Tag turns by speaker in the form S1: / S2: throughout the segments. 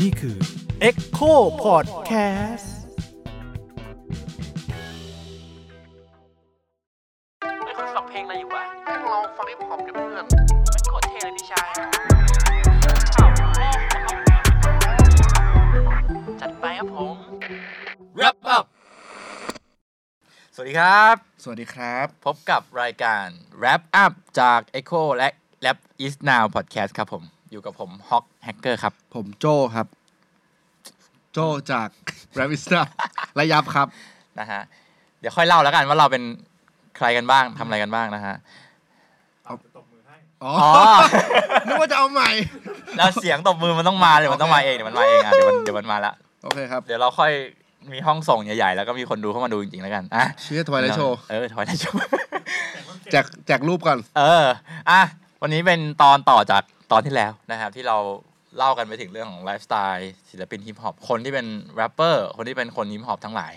S1: นี่คือ
S2: Echo Podcast
S3: ไม่คุณฟังเพลงอะไรอยู่วะ
S4: แม่งลองฟังฮิปฮอปกับเพื่อน
S3: มันโคตรเท่เลยพี่ชายจัดไปครับผม
S2: Wrap up สวัสดีครับ
S4: สวัสดีครับ
S2: พบกับรายการ Wrap up จาก Echo และ Rap is now podcast ครับผม อยู่กับผม Hawk Hacker ครับ
S4: ผมโจครับ โจจากแรมิสตาระยับครับ
S2: นะฮะ เดี๋ยวค่อยเล่าแล้วกันว่าเราเป็นใครกันบ้าง ทำอะไรกันบ้างนะฮะ
S4: อ๋อ
S2: อ๋อ
S4: นึกว่าจะเอาใหม่
S2: แล้วเสียงตบมือมันต้องมาเดี๋ยวมันต้องมาเองเดี๋ยวมันมาเองอ่ะเดี๋ยวมันเดี๋ยวมันมาละ
S4: โอเคครับ
S2: เดี๋ยวเราค่อยมีห้องส่งใหญ่ๆ แล้วก็มีคนดูเข้ามาดูจริงๆ แล้วกัน อ่ะ
S4: เชียร์ทวายไลท์โชว์
S2: เออทอยไลท์โชว์
S4: แจกแจกรูปก่อน
S2: เออ อ่ะ วันนี้เป็นตอนต่อจากตอนที่แล้วนะครับ ที่เราเล่ากันไปถึงเรื่องของไลฟ์สไตล์ศิลปินฮิปฮอป คนที่เป็นแรปเปอร์ คนที่เป็นคนฮิปฮอปทั้งหลาย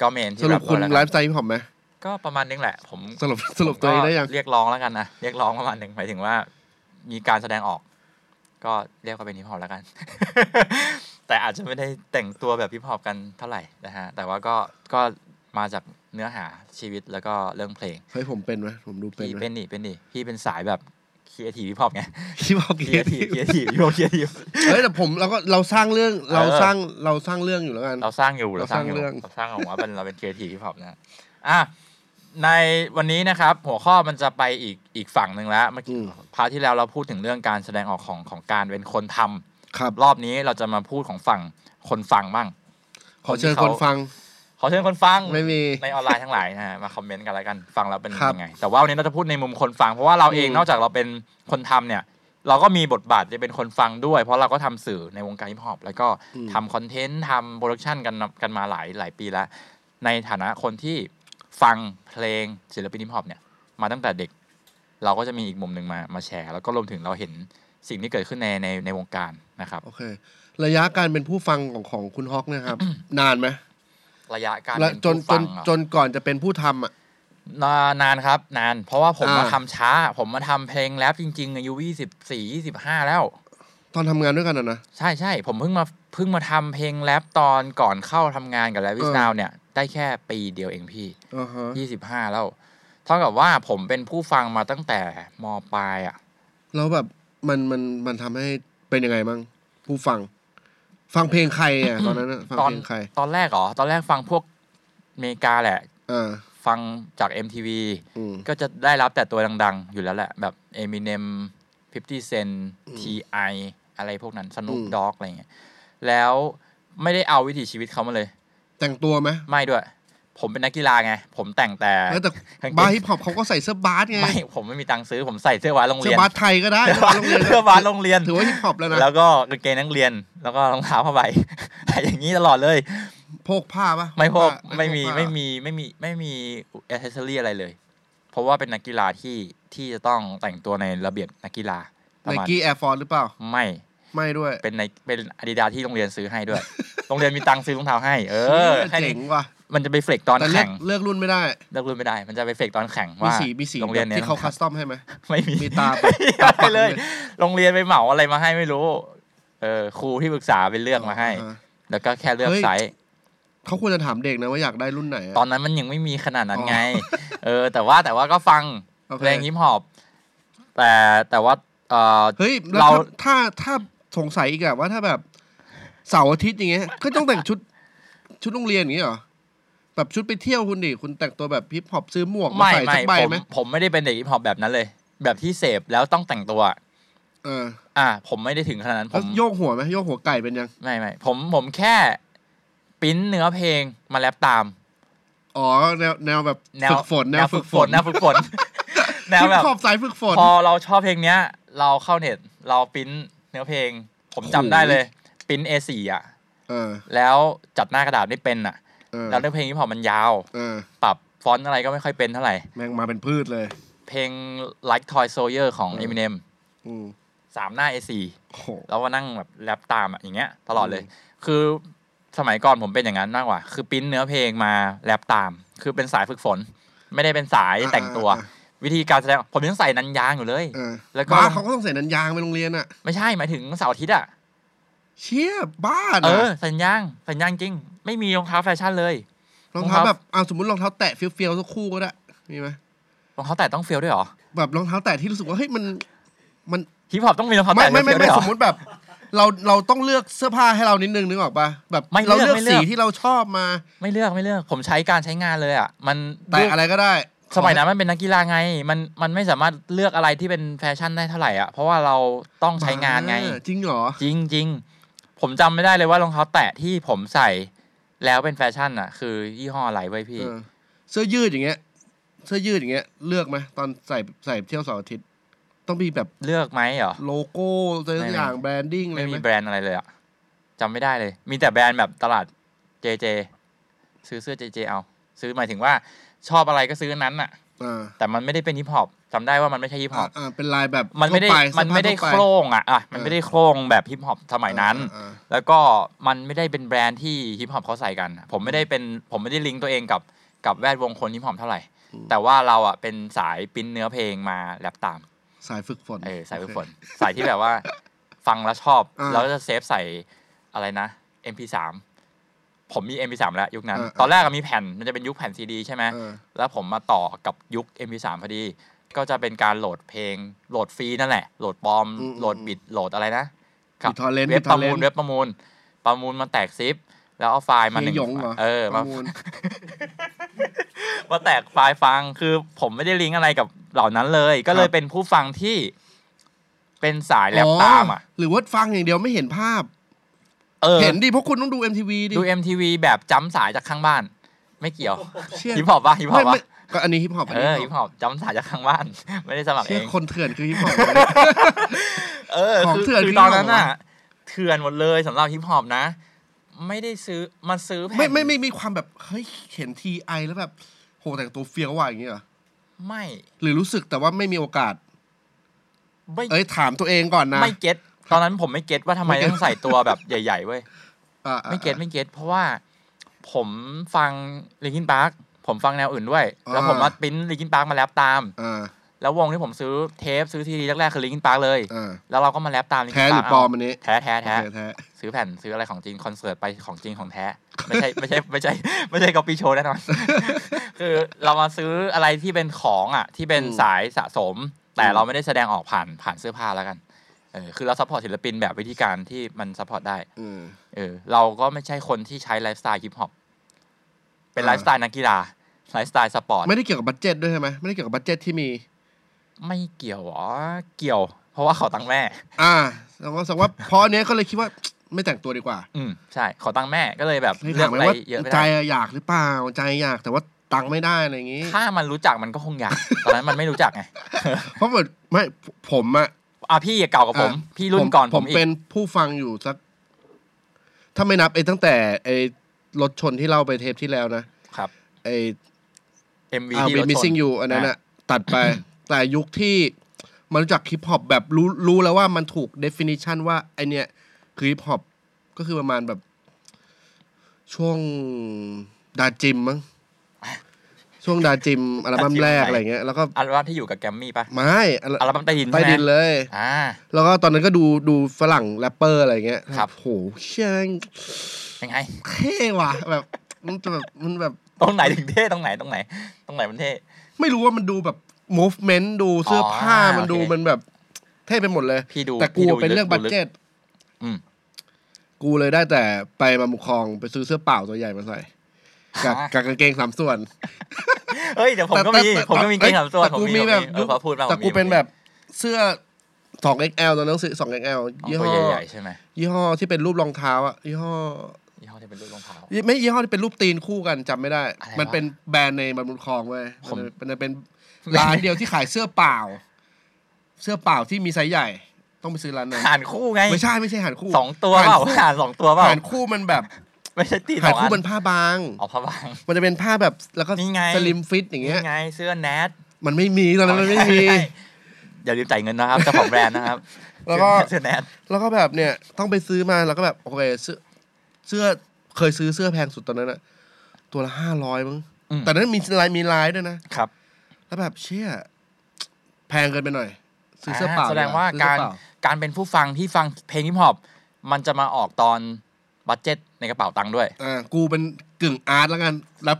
S2: ก็เมน
S4: ส
S2: ที่
S4: รุ
S2: แร
S4: ป
S2: ปเป
S4: คุ
S2: อ
S4: ณ
S2: ร์แล้วกัน
S4: ไลฟ์สไตล์ฮิปฮอปไหม
S2: ก็ประมาณนึงแหละ ผม
S4: สรุปสรุปตัวนี้ได้ยัง
S2: ก็เรียกร้องแล้วกันนะเรียกร้องประมาณนึงหมายถึงว่า มีการแสดงออก ก็เรียกว่าเป็นฮิปฮอปแล้วกัน แต่อาจจะไม่ได้แต่งตัวแบบฮิปฮอปกันเท่าไหร่นะฮะ แต่ว่าก็ก็มาจากเนื้อหาชีวิตแล้วก็เรื่องเพลง
S4: เฮ้ยผมเป็นไหมผมดูเป็น
S2: พี่
S4: ไหม
S2: เป็นดิเป็นดิพี่เป็นสายแบบครีเอทีฟฮิปฮอป ไง
S4: ฮิปฮอป
S2: ครี
S4: เกี
S2: เอย
S4: ร
S2: ทีฟครีเอทีฟโยครีเอทีฟ
S4: เฮ้ยแต่ผมเราก็เราสร้างเรื่องเรา
S2: เออ
S4: สร้างเราสร้างเรื่องอยู่แล้วกัน
S2: เราสร้างอยู่เรา
S4: เรา
S2: ส
S4: ส
S2: ร้า
S4: ร้าง ง
S2: อยู่
S4: เรื่อง
S2: เราสร้างออกมาเป็นเราเป็นครีเอทีฟฮิปฮอปนะฮะอ่ะในวันนี้นะครับ หัวข้อมันจะไปอีกอีกฝั่งหนึ่งแล้วเมื่อกี้
S4: อืม
S2: พาร์ทที่แล้วเราพูดถึงเรื่องการแสดงออกของของการเป็นคนทำ
S4: ครับ
S2: รอบนี้เราจะมาพูดของฝั่งคนฟังบ้าง
S4: ขอเชิญ
S2: ที่
S4: ค
S2: ขาน
S4: ฟัง
S2: ขอเชิญคนฟัง
S4: ไม่มี
S2: ในออนไลน์ทั้งหลายนะฮะมาคอมเมนต์กันแล้วกันฟังแล้วเป็น
S4: ครับ
S2: ยังไง แต่ว่าวันนี้เราจะพูดในมุมคนฟัง เพราะว่าเราเอง
S4: อืม
S2: นอกจากเราเป็นคนทำเนี่ย เราก็มีบทบาทจะเป็นคนฟังด้วย เพราะเราก็ทำสื่อในวงการฮิปฮอปแล้วก็ทำคอนเทนต์ทำโปรดักชันกันกันมาหลายหลายปีแล้ว ในฐานะคนที่ฟังเพลงศิลปินฮิปฮอปเนี่ย มาตั้งแต่เด็ก เราก็จะมีอีกมุมหนึ่งมามาแชร์ แล้วก็รวมถึงเราเห็นสิ่งที่เกิดขึ้นในในในวงการนะครับ
S4: โอเค ระยะการเป็นผู้ฟังของของคุณฮอกเนะครับ นานไหม
S2: ระยะการ
S4: และ
S2: เป็น
S4: จน
S2: ผู้
S4: จ
S2: ฟั
S4: น
S2: งเหรอ
S4: จนก่อนจะเป็นผู้ทำอ่ะ
S2: นานานครับ นานเพราะว่าผมมา
S4: อ่า
S2: ทำช้า ผมมาทำเพลงแรปจริงๆอายุยี่สิบสี่ยี่สิบห้าแล้ว
S4: ตอนทำงานด้วยกันอะนะ
S2: ใช่ใช่ผมเพิ่งมาเพิ่งมาทำเพลงแรปตอนก่อนเข้าทำงานกับแรปวิส
S4: เออ
S2: นาวเนี่ย ได้แค่ปีเดียวเองพี่
S4: อ่าฮะ
S2: ยี่สิบห้าแล้ว เท่ากับว่าผมเป็นผู้ฟังมาตั้งแต่มปลายอ่ะ
S4: แล้วแบบมันมันมันทำให้เป็นยังไงบ้างผู้ฟัง ฟังเพลงใคร อ่ะ ตอนนั้นอะฟัง
S2: ตอน
S4: เพลงใคร
S2: ตอนแรกเหรอ ตอนแรกฟังพวกอเมริกาแหละ
S4: อ่า
S2: ฟังจาก MTV
S4: อืม
S2: ก็จะได้รับแต่ตัวดัง ๆ อยู่แล้วแหละ แบบ Eminem 50 Cent T.I. อะไรพวกนั้น Snoop
S4: อืม
S2: Dogg อะไรเงี้ย แล้วไม่ได้เอาวิถีชีวิตเขามาเลย
S4: แต่งตัวไหม
S2: ไม่ด้วย ผมเป็นนักกีฬาไง ผมแต่งแต่
S4: เออแต่
S2: กงเกง
S4: บาร์ฮิปฮอปเขาก็ใส่เสื้อบาสไง
S2: ไม่ ผมไม่มีตังค์ซื้อ ผมใส่เสื้อวาสโรง
S4: เสื้
S2: เรี
S4: อย
S2: น
S4: บาสไทยก็ได้
S2: เสื้
S4: เสื้อบาสโรงเรียน
S2: อวาสโรงเรียน
S4: ถือว่าฮิปฮอปแล้วนะ
S2: แล้วก็กางเกงนักเรียน แล้วก็รองเท้าผ้าใบ แต่อย่างนี้ตลอดเลย
S4: โพกผ้าปะ
S2: ไม่พบ
S4: ผ้า
S2: ไม่มี
S4: ผ้า
S2: ไม่มีไม่มีไม่มีแอสเซอรี่อะไรเลย เพราะว่าเป็นนักกีฬาที่ที่จะต้องแต่งตัวในระเบียบนักกีฬาประ
S4: ไน
S2: มาณ
S4: กี้แอร์ฟอร์หรือเปล่า
S2: ไม่
S4: ไม่ด้วย
S2: เป็นในเป็นอาดิดาที่โรงเรียนซื้อให้ ด้วย โรงเรียนมีตังค์ซื้อรองเท้าให้ เออแค่
S4: เจ๋
S2: นี้
S4: งว่ะ
S2: มันจะไปเฟกตอน
S4: แต่เลือ
S2: แข่
S4: ก
S2: ง
S4: เลือกรุ่นไม่ได้
S2: เลิกรุ่นไม่ได้ มันจะไปเฟกตอนแข่ง
S4: มี
S2: ว่า
S4: สีมีสี
S2: โรงเรียนเนี้ย
S4: ที่เขาคัสตอม ให้ไหม
S2: ไม่มี
S4: มีตาปะ
S2: ไม่มีอะไรเลย โรงเรียนไปเหมาอะไรมาให้ไม่รู้เออครูที่ปรึกษาไปเลือกมาให้
S4: อ่า
S2: แล้วก็แค่เลือก
S4: เฮ้ย
S2: ไซส์
S4: เขาควรจะถามเด็กนะว่าอยากได้รุ่นไหนอะ
S2: ตอนนั้นมันยังไม่มีขนาดนั้น
S4: อ๋อ
S2: ไง เออ แต่ว่าแต่ว่าก็ฟัง
S4: โอเค
S2: เพลงฮิปฮอปแต่แต่ว่าเออ
S4: เฮ้ยแล้ว
S2: เรา
S4: ถ้าถ้าถ้าสงสัยอีกอะว่าถ้าแบบเสาร์อาทิตย์อย่างเงี้ย ก็ต้องแต่งชุดชุดโรงเรียนอย่างเงี้ยเหรอแบบชุดไปเที่ยวคุณดิคุณแต่งตัวแบบฮิปฮอปซื้อหมวกมา
S2: ไม่
S4: ใส่
S2: ไม่
S4: สักใบ
S2: ผม
S4: ไหม
S2: ผมไม่ได้เป็นเด็กฮิปฮอปแบบนั้นเลย แบบที่เสพแล้วต้องแต่งตัว
S4: เออ
S2: อ่ะผมไม่ได้ถึงขนาดนั้นผ
S4: แล้ว
S2: ม
S4: โยกหัวไหมโยกหัวไก่เป็นยัง
S2: ไม่ไม่ผมผมแค่ปริ้นเนื้อเพลงมาแรปตาม
S4: อ๋อแนวแนวแบบ
S2: แนว
S4: ฝึกฝนแนวฝึกฝน
S2: แนวฝึก ฝนแนว
S4: ฮิ
S2: แบ
S4: ป
S2: บ
S4: ฮอปสายฝึกฝน
S2: พอเราชอบเพลงเนี้ย เราเข้าเน็ตเราปริ้นเนื้อเพลง ผมจำได้เลยปริ้น A4 อ่ะ
S4: เออ
S2: แล้วจัดหน้ากระดาษไม่เป็นอ่ะ
S4: เออ
S2: แล้วเนื้อเพลงฮิปฮอปมันยาว
S4: เออ
S2: ปรับฟอนต์อะไรก็ไม่ค่อยเป็นเท่าไหร่
S4: แม่งมาเป็นพืชเลย
S2: เพลง Like Toy Soldier ของ Eminem
S4: อืม
S2: สามหน้า A4
S4: โอ้โห
S2: แล้วก็นั่งแบบแรปตามอ่ะอย่างเงี้ยตลอดเลย คือสมัยก่อนผมเป็นอย่างนั้นมากกว่า คือปริ้นเนื้อเพลงมาแรปตาม คือเป็นสายฝึกฝน ไม่ได้เป็นสาย
S4: อ่า
S2: แต่งตัว
S4: อ่า
S2: วิธีการแสดงผมยังใส่นันยางอยู่เลย
S4: เออ
S2: แล้วก็
S4: บ้าเขาก็ต้องใส่นันยางไปโรงเรียนอ่ะ
S2: ไม่ใช่หมายถึงเสาร์อาทิตย์อ่ะ
S4: เชี่ยบ้า
S2: เอ
S4: นะ
S2: อใสัญญางใสัญญางจริง ไม่มีรองเท้าแฟชั่นเลย
S4: รองเท้าร
S2: องเท้า
S4: แบบเอาสมมติรองเท้าแตะเฟี้ยวๆสักคู่ก็ได้มีไหม
S2: รองเท้าแตะต้องเฟียวด้วยเหรอ
S4: แบบรองเท้าแตะที่รู้สึกว่าเฮ้ยมันมัน
S2: ฮิปฮอปต้องมีรองเท้า
S4: ไม่
S2: แตะ
S4: ไม่ไม่
S2: เฟี้ยวๆด้ว
S4: ไม่
S2: ยเหร
S4: ส
S2: อ
S4: มมติแบบ เราเราต้องเลือกเสื้อผ้าให้เรานิดนึงนึกออกปะแบบ
S2: ไม่เลื
S4: เรา
S2: อก
S4: เลือก
S2: ไม่เลื
S4: สี
S2: อก
S4: ที่เราชอบมา
S2: ไม่เลือกไม่เลือก ผมใช้การใช้งานเลยอ่ะมัน
S4: แต่อะไรก็ได้
S2: สมัยนั้นมันเป็นนักกีฬาไง มันมันไม่สามารถเลือกอะไรที่เป็นแฟชั่นได้เท่าไหร่อ่ะเพราะว่าเราต้องใช้งานไง
S4: อ่จริงเหรอ
S2: จริงจริงๆผมจำไม่ได้เลยว่ารองเท้าแตะที่ผมใส่แล้วเป็นแฟชั่นอ่ะ คือยี่ห้ออะไรไว้ยพี่
S4: เออเสื้อยืดอย่างเงี้ย เสื้อยืดอย่างเงี้ย เลือกไหมตอนใส่ใส่เที่ยวเสาร์อาทิตย์ต้องมีแบบ
S2: เลือกไหมเหรอ
S4: โลโก้ตัว
S2: ไม่มี
S4: อย่างแบรนดิ้งอะไร
S2: ไม่
S4: ไห
S2: มี
S4: ม
S2: แบรนด์อะไรเลยอ่ะจำไม่ได้เลย มีแต่แบรนด์แบบตลาดเจเจซื้อเสื้อเจเจเอา ซื้อหมายถึงว่าชอบอะไรก็ซื้ออันนั้นอ่ะ
S4: อ่า
S2: แต่มันไม่ได้เป็นฮิปฮอปจำได้ว่ามันไม่ใช่ฮิปฮ
S4: อ่า
S2: อป
S4: อ่าเป็นลายแบบ
S2: มันไม่ได้
S4: ทั่วปเสื้อ
S2: มันไม่ได้
S4: ผ้า
S2: โค
S4: ทั่ว
S2: ร
S4: ป
S2: งอ่ะอ่ะมัน
S4: เออ
S2: ไม่ได้โครงแบบฮิปฮอปสมัยนั้น
S4: อ่าอ่า
S2: แล้วก็มันไม่ได้เป็นแบรนด์ที่ฮิปฮอปเขาใส่กัน ผมไม่ได้เป็นผมไม่ได้ลิงก์ตัวเองกับกับแวดวงคนฮิปฮอปเท่าไหร่ แต่ว่าเราอ่ะเป็นสายปริ้นเนื้อเพลงมาแรปตาม
S4: สายฝึกฝน
S2: เออสายฝึกฝนสายที่แบบ ว่า ฟังแล้วชอบ
S4: อ่า
S2: แล้วจะเซฟใส่อะไรนะ MP3 ผมมี MP3 แล้วยุคนั้น
S4: อ่าอ่า
S2: ตอนแรกอะมีแผ่นมันจะเป็นยุคแผ่นซีดีใช่ไหม
S4: เออ
S2: แล้วผมมาต่อกับยุค MP3 พอดี ก็จะเป็นการโหลดเพลง โหลดฟรีนั่นแหละ โหลดปลอม โหลดบิด โหลดอะไรนะครับ
S4: บิดทอร์เรนต์
S2: เว็บ
S4: บิดท
S2: ป
S4: อ
S2: ระ
S4: ร์เร
S2: มูล
S4: นต์
S2: เว็บประมูล ประมูลมาแตกซิป แล้วเอาไฟล์มาห
S4: เฮี
S2: นึ่
S4: ย
S2: ง
S4: หยงเหรอ
S2: เออ
S4: ป
S2: มา
S4: ระมูล
S2: มาแตกไฟล์ฟัง คือผมไม่ได้ลิงก์อะไรกับเหล่านั้นเลย ก็เลยเป็นผู้ฟังที่ เป็นสายแลบตามอ่ะ
S4: หรือว่าฟังอย่างเดียวไม่เห็นภาพ
S2: เออ
S4: เห็นดิเพราะคุณต้องดู MTV ดิ
S2: ดู MTV แบบจำสายจากข้างบ้าน ไม่เกี่ยว
S4: เชี่ย
S2: ฮิปฮอปปะฮิปฮอ
S4: ไม่
S2: ป
S4: ไม่
S2: ปะ
S4: ก็อันนี้ฮิปฮอปอัน
S2: เอ
S4: นี้
S2: อ
S4: ฮิ
S2: ฮิ
S4: ป
S2: ป
S4: ฮอป
S2: ฮอปจำสายจากข้างบ้าน ไม่ได้สมัครเอ
S4: เชื่อง คนเถื่อนคือฮิป ฮอป
S2: เออ
S4: ของ
S2: คือ
S4: เถื่อน
S2: คือ
S4: พี่
S2: ตอนนั้น
S4: เหรอ
S2: น่ะ เถื่อนหมดเลยสำหรับฮิปฮอปนะ ไม่ได้ซื้อมันซื้อแผ่น
S4: ไม่ไม่ไม่มีความแบบเฮ้ยเห็นทีไอแล้วแบบโหแต่งตัวเฟี้ยวว่ะอย่างเงี้ยเหรอ
S2: ไม่
S4: หรือรู้สึกแต่ว่าไม่มีโอกาส
S2: ไม่
S4: เอ้ยถามตัวเองก่อนนะ
S2: ไม่เก็ตตอนนั้นผมไม่เก็ตว่าทำไม
S4: ไม่เก็ต
S2: ต้องใส่ตัวแบบใหญ่ๆเว้ย
S4: อ่ะอ่ะ
S2: ไม่เก็ต
S4: อ่ะ
S2: ไม่เก็ตเพราะว่าผมฟังลิกินปาร์คผมฟังแนวอื่นด้วย แล้วผม
S4: อ่า
S2: มาปริ้นลิกินปาร์คมาแรปตาม
S4: อ่า
S2: แล้ววงที่ผมซื้อเทปซื้อทีดีแรกๆคือลิกินปาร์คเลย
S4: อ่า
S2: แล้วเราก็มาแรปตามลิกิ
S4: แท้
S2: น
S4: ห
S2: ปา
S4: รื
S2: ร์
S4: อ
S2: ค
S4: ปลอมอันนี้
S2: แท้แท้แท้
S4: โอเคแท้
S2: ซื้อแผ่นซื้ออะไรของจริงคอนเสิร์ตไปของจริงของแท้ ไม่ใช่ ไม่ใช่ไม่ใช่ไม่ใช่ก๊อปปี้โชว์แน่นอน คือเรามาซื้ออะไรที่เป็นของอ่ะ ที่เป็นสายสะสม แต่เราไม่ได้แสดงออกผ่านผ่านเสื้อผ้าแล้วกันเออคือเราซัพพอร์ตศิลปินแบบวิธีการที่มันซัพพอร์ตได้
S4: อืม
S2: เออเราก็ไม่ใช่คนที่ใช้ไลฟ์สไตล์ฮิปฮอปเป็น
S4: อ่า
S2: ไลฟ์สไตล์นักกีฬาไลฟ์สไตล์สปอร์ต
S4: ไม่ได้เกี่ยวกับบัตเจ็ตด้วยใช่ไหมไม่ได้เกี่ยวกับบัตเจ็ตที่มี
S2: ไม่เกี่ยวหรอเกี่ยว เพราะว่าเขาตังค์แม่
S4: อ่าแสดงว่าแสดงว่าเพราะอันเนี้ยก็เลยคิดว่า ไม่แต่งตัวดีกว่า
S2: อืมใช่เขาตังค์แม่ก็เลยแบบ
S4: ให้
S2: เลื
S4: ถา
S2: อ
S4: ม
S2: ก
S4: ไห
S2: อะ
S4: ม
S2: ไร
S4: ว่า
S2: เยอะไม่
S4: ใจ
S2: ได้
S4: อะอยากหรือเปล่าใจอยากแต่ว่าตังค์ไม่ได้อะไรอย่างงี้
S2: ถ้ามันรู้จักมันก็คงอยาก ตอนนั้นมันไม่รู้จักไง
S4: เพราะเหมือนไม่ผมอะ
S2: อ่ะพี่เก่ากว่าผม
S4: อ่ะ
S2: พี่รุ่นก่อน
S4: ผ
S2: ผม มอี
S4: เป็
S2: ก
S4: นผู้ฟังอยู่สัก ถ้าไม่นับไอ้ตั้งแต่ไอ้รถชนที่เล่าไปเทปที่แล้วนะครับ ไอ้
S2: MV
S4: อา
S2: ที่
S4: วี
S2: รถ
S4: มิ
S2: ช
S4: ซิ่
S2: น
S4: งอยู่อันนั้นอะตัดไป แต่ยุคที่มารู้จักฮิปฮอปแบบรู้รู้แล้วว่ามันถูก definition ว่า ไอเนี้ยคือฮิปฮอปก็คือประมาณแบบ ช่วงดาจิม มั้งช่วงดาจิมอัลบั้มแรก
S2: ดาจิมไหน
S4: อะไรเงี้ยแล้วก็
S2: อัลบั้มที่อยู่กับแกรมมี่ปะ
S4: ไม่อัล
S2: อัลบั้มใต้ดิน
S4: ใต้
S2: ใช่ไหม
S4: ดินเลย
S2: อ่า
S4: แล้วก็ตอนนั้นก็ดูดูฝรั่งแรปเปอร์อะไรเงี้ย
S2: ครับ
S4: โหเชี่ยแม่ง
S2: ยังไง
S4: เท่ว่ะแบบมันจะแบบมันแบบ
S2: ตรงไหนถึงเท่ตรงไหนตรงไหน ตรงไหนมันเท่
S4: ไม่รู้ว่ามันดูแบบ movement ดูเสื้อผ้า
S2: อ๋อ
S4: มันดู
S2: โอเค
S4: มันแบบเท่ไปหมดเลย
S2: พี่ดู
S4: แต่กู
S2: พี่ดู
S4: เป็นเรื่องบัต
S2: ลึ
S4: เจ็ต
S2: อืม
S4: กูเลยได้แต่ไปมาบุคคองไปซื้อเสื้อเปล่าตัวใหญ่มาใส่กับกับกางเกงสามส่วน
S2: เอ้ยเดี๋ยวผมก็
S4: แต่
S2: มี
S4: แต่
S2: ผมก็มีเก
S4: อ้
S2: ง
S4: ย
S2: สามส่วน
S4: แต่
S2: ผม
S4: กู
S2: มี
S4: มี
S2: ผม
S4: แบบ
S2: มีเออพอพูดมา
S4: แต่
S2: ผม
S4: กู
S2: มี
S4: เป็
S2: ผ
S4: น
S2: มมี
S4: แบบเสื้อ 2XL ตอนนั้นซื้อ 2XL
S2: ของ
S4: ยี่
S2: ตัว
S4: ห้อ
S2: ใหญ่ๆใช่ไหม
S4: ยี่ห้อที่เป็นรูปรองเท้าอะยี่ห้อ
S2: ยี่ห้อที่เป็นรูปรองเท้า
S4: ยี่ไม่ยี่ห้อที่เป็นรูปตีนคู่กันจำไม่ได้
S2: อะไรวะ
S4: มันเป็นแบรนด์ในบรรบุญคลองเว้ย
S2: ผม
S4: มันเป็นร้านเดียวที่ขายเสื้อเปล่า เสื้อเปล่าที่มีไซส์ใหญ่ ต้องไปซื้อร้านนั้น
S2: หานคู่ไง
S4: ไม่ใช่ไม่ใช่หันคู่
S2: สองตัวเปล่าหานสองตัวเปล่า
S4: หันคู่มันแบบ
S2: ไม่ใช่ตีส
S4: หัน
S2: องอั
S4: คู่มัน
S2: น
S4: ผ้าบาง
S2: ออกผ้าบาง
S4: มันจะเป็นผ้าแบบแล้วก็
S2: นี่ไง
S4: สลิมฟิตอย่างเงี้ย
S2: นี่ไงเสื้อแนท
S4: มันไม่มีตอนนั้นมันไม่มี
S2: อย่าลืมจ่ายเงินนะครับเจ้าของแบรนด์นะครับ
S4: แล้วก็
S2: เสื้อแนท
S4: แล้วก็แบบเนี่ย ต้องไปซื้อมาแล้วก็แบบโอเคเสื้อเสื้อเคยซื้อเสื้อแพงสุดตอนนั้นอะตัวละห้าร้อยมั้ง
S2: อืม
S4: แต่นั้นมีลายมีลายด้วยนะ
S2: ครับ
S4: แล้วแบบเชี่ย แพงเกินไปหน่อย ซื้อเสื้อเปล่า
S2: แสดงว่า
S4: ซื้อเสื้
S2: การ
S4: อเปล่
S2: การเป็นผู้ฟังที่ฟังเพลงฮิปฮอปมันจะมาออกตอนบัตเจ็ตในกระเป๋าตังค์ด้วย
S4: อ่ากูเป็นกึ่งอาร์ตแล้วกันรับ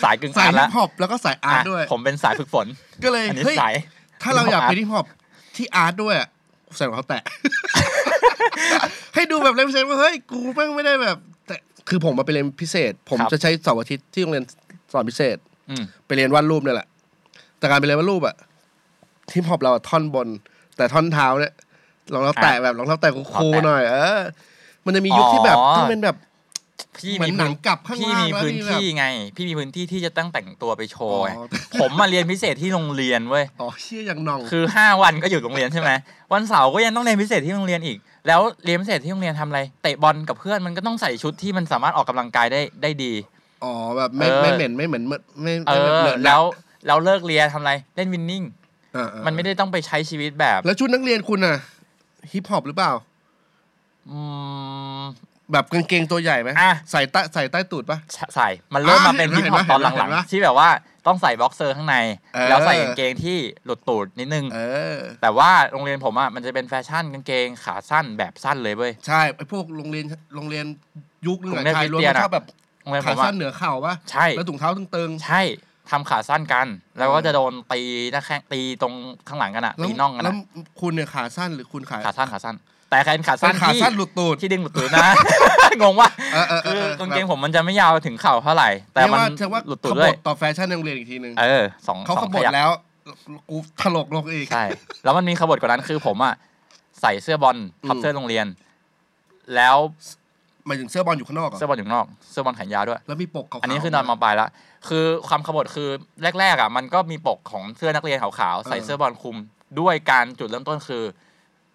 S2: สายกึ่ง
S4: สา
S2: อาย ร์ต
S4: ฮิ
S2: ละ
S4: ปฮอปแล้วก็สายอาร์ต
S2: อ่ะ
S4: ด้วย
S2: ผมเป็นสายฝึกฝน
S4: ก็เลย
S2: อันนี้
S4: เฮ้ย
S2: สาย
S4: ถ้าเราอยากเป็น
S2: hip
S4: ฮิปฮอปที่อาร์ตด้วยอะใส่รองเท้าแตะ ให้ดูแบบเล่นเซนว่าเฮ้ยกูแม่งไม่ได้แบบ แต่คือผมมาไปเรียนพิเศษ ผม
S2: ครับ
S4: จะใช้เสาร์อาทิตย์ที่โรงเรียนสอนพิเศษ
S2: อืม
S4: ไปเรียนวาดรูปเนี่ยแหละ แต่การไปเรียนวาดรูปอะฮิปฮอปเราอะท่อนบน แต่ท่อนเท้าเนี่ยรองเท้าแตะแบบรองเท้าแตะโคูๆหน่อย เออ มันจะมียุคที่แบบต้องเป็นแบบ
S2: พี่
S4: เหมือ
S2: มี
S4: นหนั
S2: พื้
S4: ง
S2: น
S4: กลับข้าง
S2: พี่
S4: ล่าง
S2: มี
S4: แล้ว
S2: พื้น
S4: นี่แบบ
S2: ที่ไง พี่มีพื้นที่ที่จะตั้งแต่งตัวไปโชว์ไง
S4: อ๋อ
S2: ผมมาเรียนพิเศษที่โรงเรียนเว้ย
S4: อ๋อเชี่ยอย่างหน่อง
S2: คือห้าวันก็อยู่โรงเรียนใช่ไหม วันเสาร์ก็ยังต้องเรียนพิเศษที่โรงเรียนอีก แล้วเรียนพิเศษที่โรงเรียนทำอะไร เตะบอลกับเพื่อนมันก็ต้องใส่ชุดที่มันสามารถออกกำลังกายได้ได้ดี
S4: อ๋อแบบไม่
S2: เออ
S4: ไม่เหม็นไม่เหม็นไม่ไม่
S2: เอ
S4: ไม่
S2: อ
S4: เหม็น
S2: แล้วแล้วเลิกเรียนทำอะไรเล่นวินนิ่ง
S4: เออเออ
S2: มันไม่ได้ต้องไปใช้ชีวิตแบบ
S4: แล้วชุดนักเรียนคุณน่ะฮิปฮอปหรือเปล่า
S2: อืม
S4: แบบกางเกงตัวใหญ่ไหม
S2: อ่ะ
S4: ใส่ใต้ใส่ใต้ตูดปะ
S2: ใส่ มันเริ่มมา
S4: อ่ะ
S2: เป็น
S4: เห็
S2: ฮิ
S4: น
S2: ปฮอปต
S4: แล้ว
S2: อน
S4: เห็นแล้ว
S2: หลัง
S4: เห็นแล้ว
S2: ๆที่แบบว่าต้องใส่บ็อกเซอร์ข้างใน
S4: เออ
S2: แล้วใส่กางเกงที่หลุดตูดนิดนึง
S4: เออ
S2: แต่ว่าโรงเรียนผมอ่ะมันจะเป็นแฟชั่นกางเกงขาสั้นแบบสั้นเลยเว้ย
S4: ใช่ไอพวกโรงเรียนโรงเรียนยุคนึง
S2: โร
S4: อะ
S2: งเรียน
S4: ชายล้วน
S2: คริสเตียนอะ
S4: มันชอบแบบ
S2: โรงเรียนผ
S4: ขาม
S2: อ่ะ
S4: สั้นเหนือเข่าปะ
S2: ใช่
S4: แล้วถุงเท้าตึง
S2: ใช่ทำขาสั้นกัน แล้วก็
S4: เออ
S2: จะโดนตีหนะแข้งตีตรงข้างหลังกันอะ
S4: ๆแล้ว
S2: ตีน่องกัน
S4: แล้ว
S2: อะ
S4: คุณเนี่ยขาสั้นหรือคุณขา
S2: ขาสั้นขาสั้น แต่แขนขา
S4: เป็
S2: สั้
S4: น
S2: น
S4: ขา
S2: ที่
S4: สั้นหลุดตูด
S2: ที่ดึงหลุดตูดนะ งงว่า
S4: เออเออเออ
S2: คือ
S4: เออ
S2: กางเกงผมมันจะไม่ยาวถึงเข่าเท่าไหร่ แต่มัน
S4: เรียกว่าเรียกว่า
S2: หลุด
S4: ข
S2: ตูด
S4: บ
S2: ด้วย
S4: ฏต่อแฟชั่นในโรงเรียนอีกทีนึง
S2: เออสอง
S4: เขา
S2: สอ
S4: ข
S2: ง
S4: บฏ
S2: ยั
S4: แล้วกูถลกลงอีก
S2: ใช่ แล้วมันมีขบวนกว่านั้นคือผมอะใส่เสื้อบอลทับ
S4: อืม
S2: เสื้อโรงเรียน แล้ว
S4: หมายถึงเสื้อบอลอยู่ข้างนอกเหร
S2: เสื้อ
S4: อ่ะ
S2: บอลอยู่ข้างนอก เสื้อบอลแขนยาวด้วย
S4: แล้วมีปกขาวๆ
S2: อันนี้คือนอนมาปลายละ คือความขบถคือแรกๆอ่ะมันก็มีปกของเสื้อนักเรียนขาวๆใส่เสื้อบอลคลุมด้วยการจุดเริ่มต้นคือ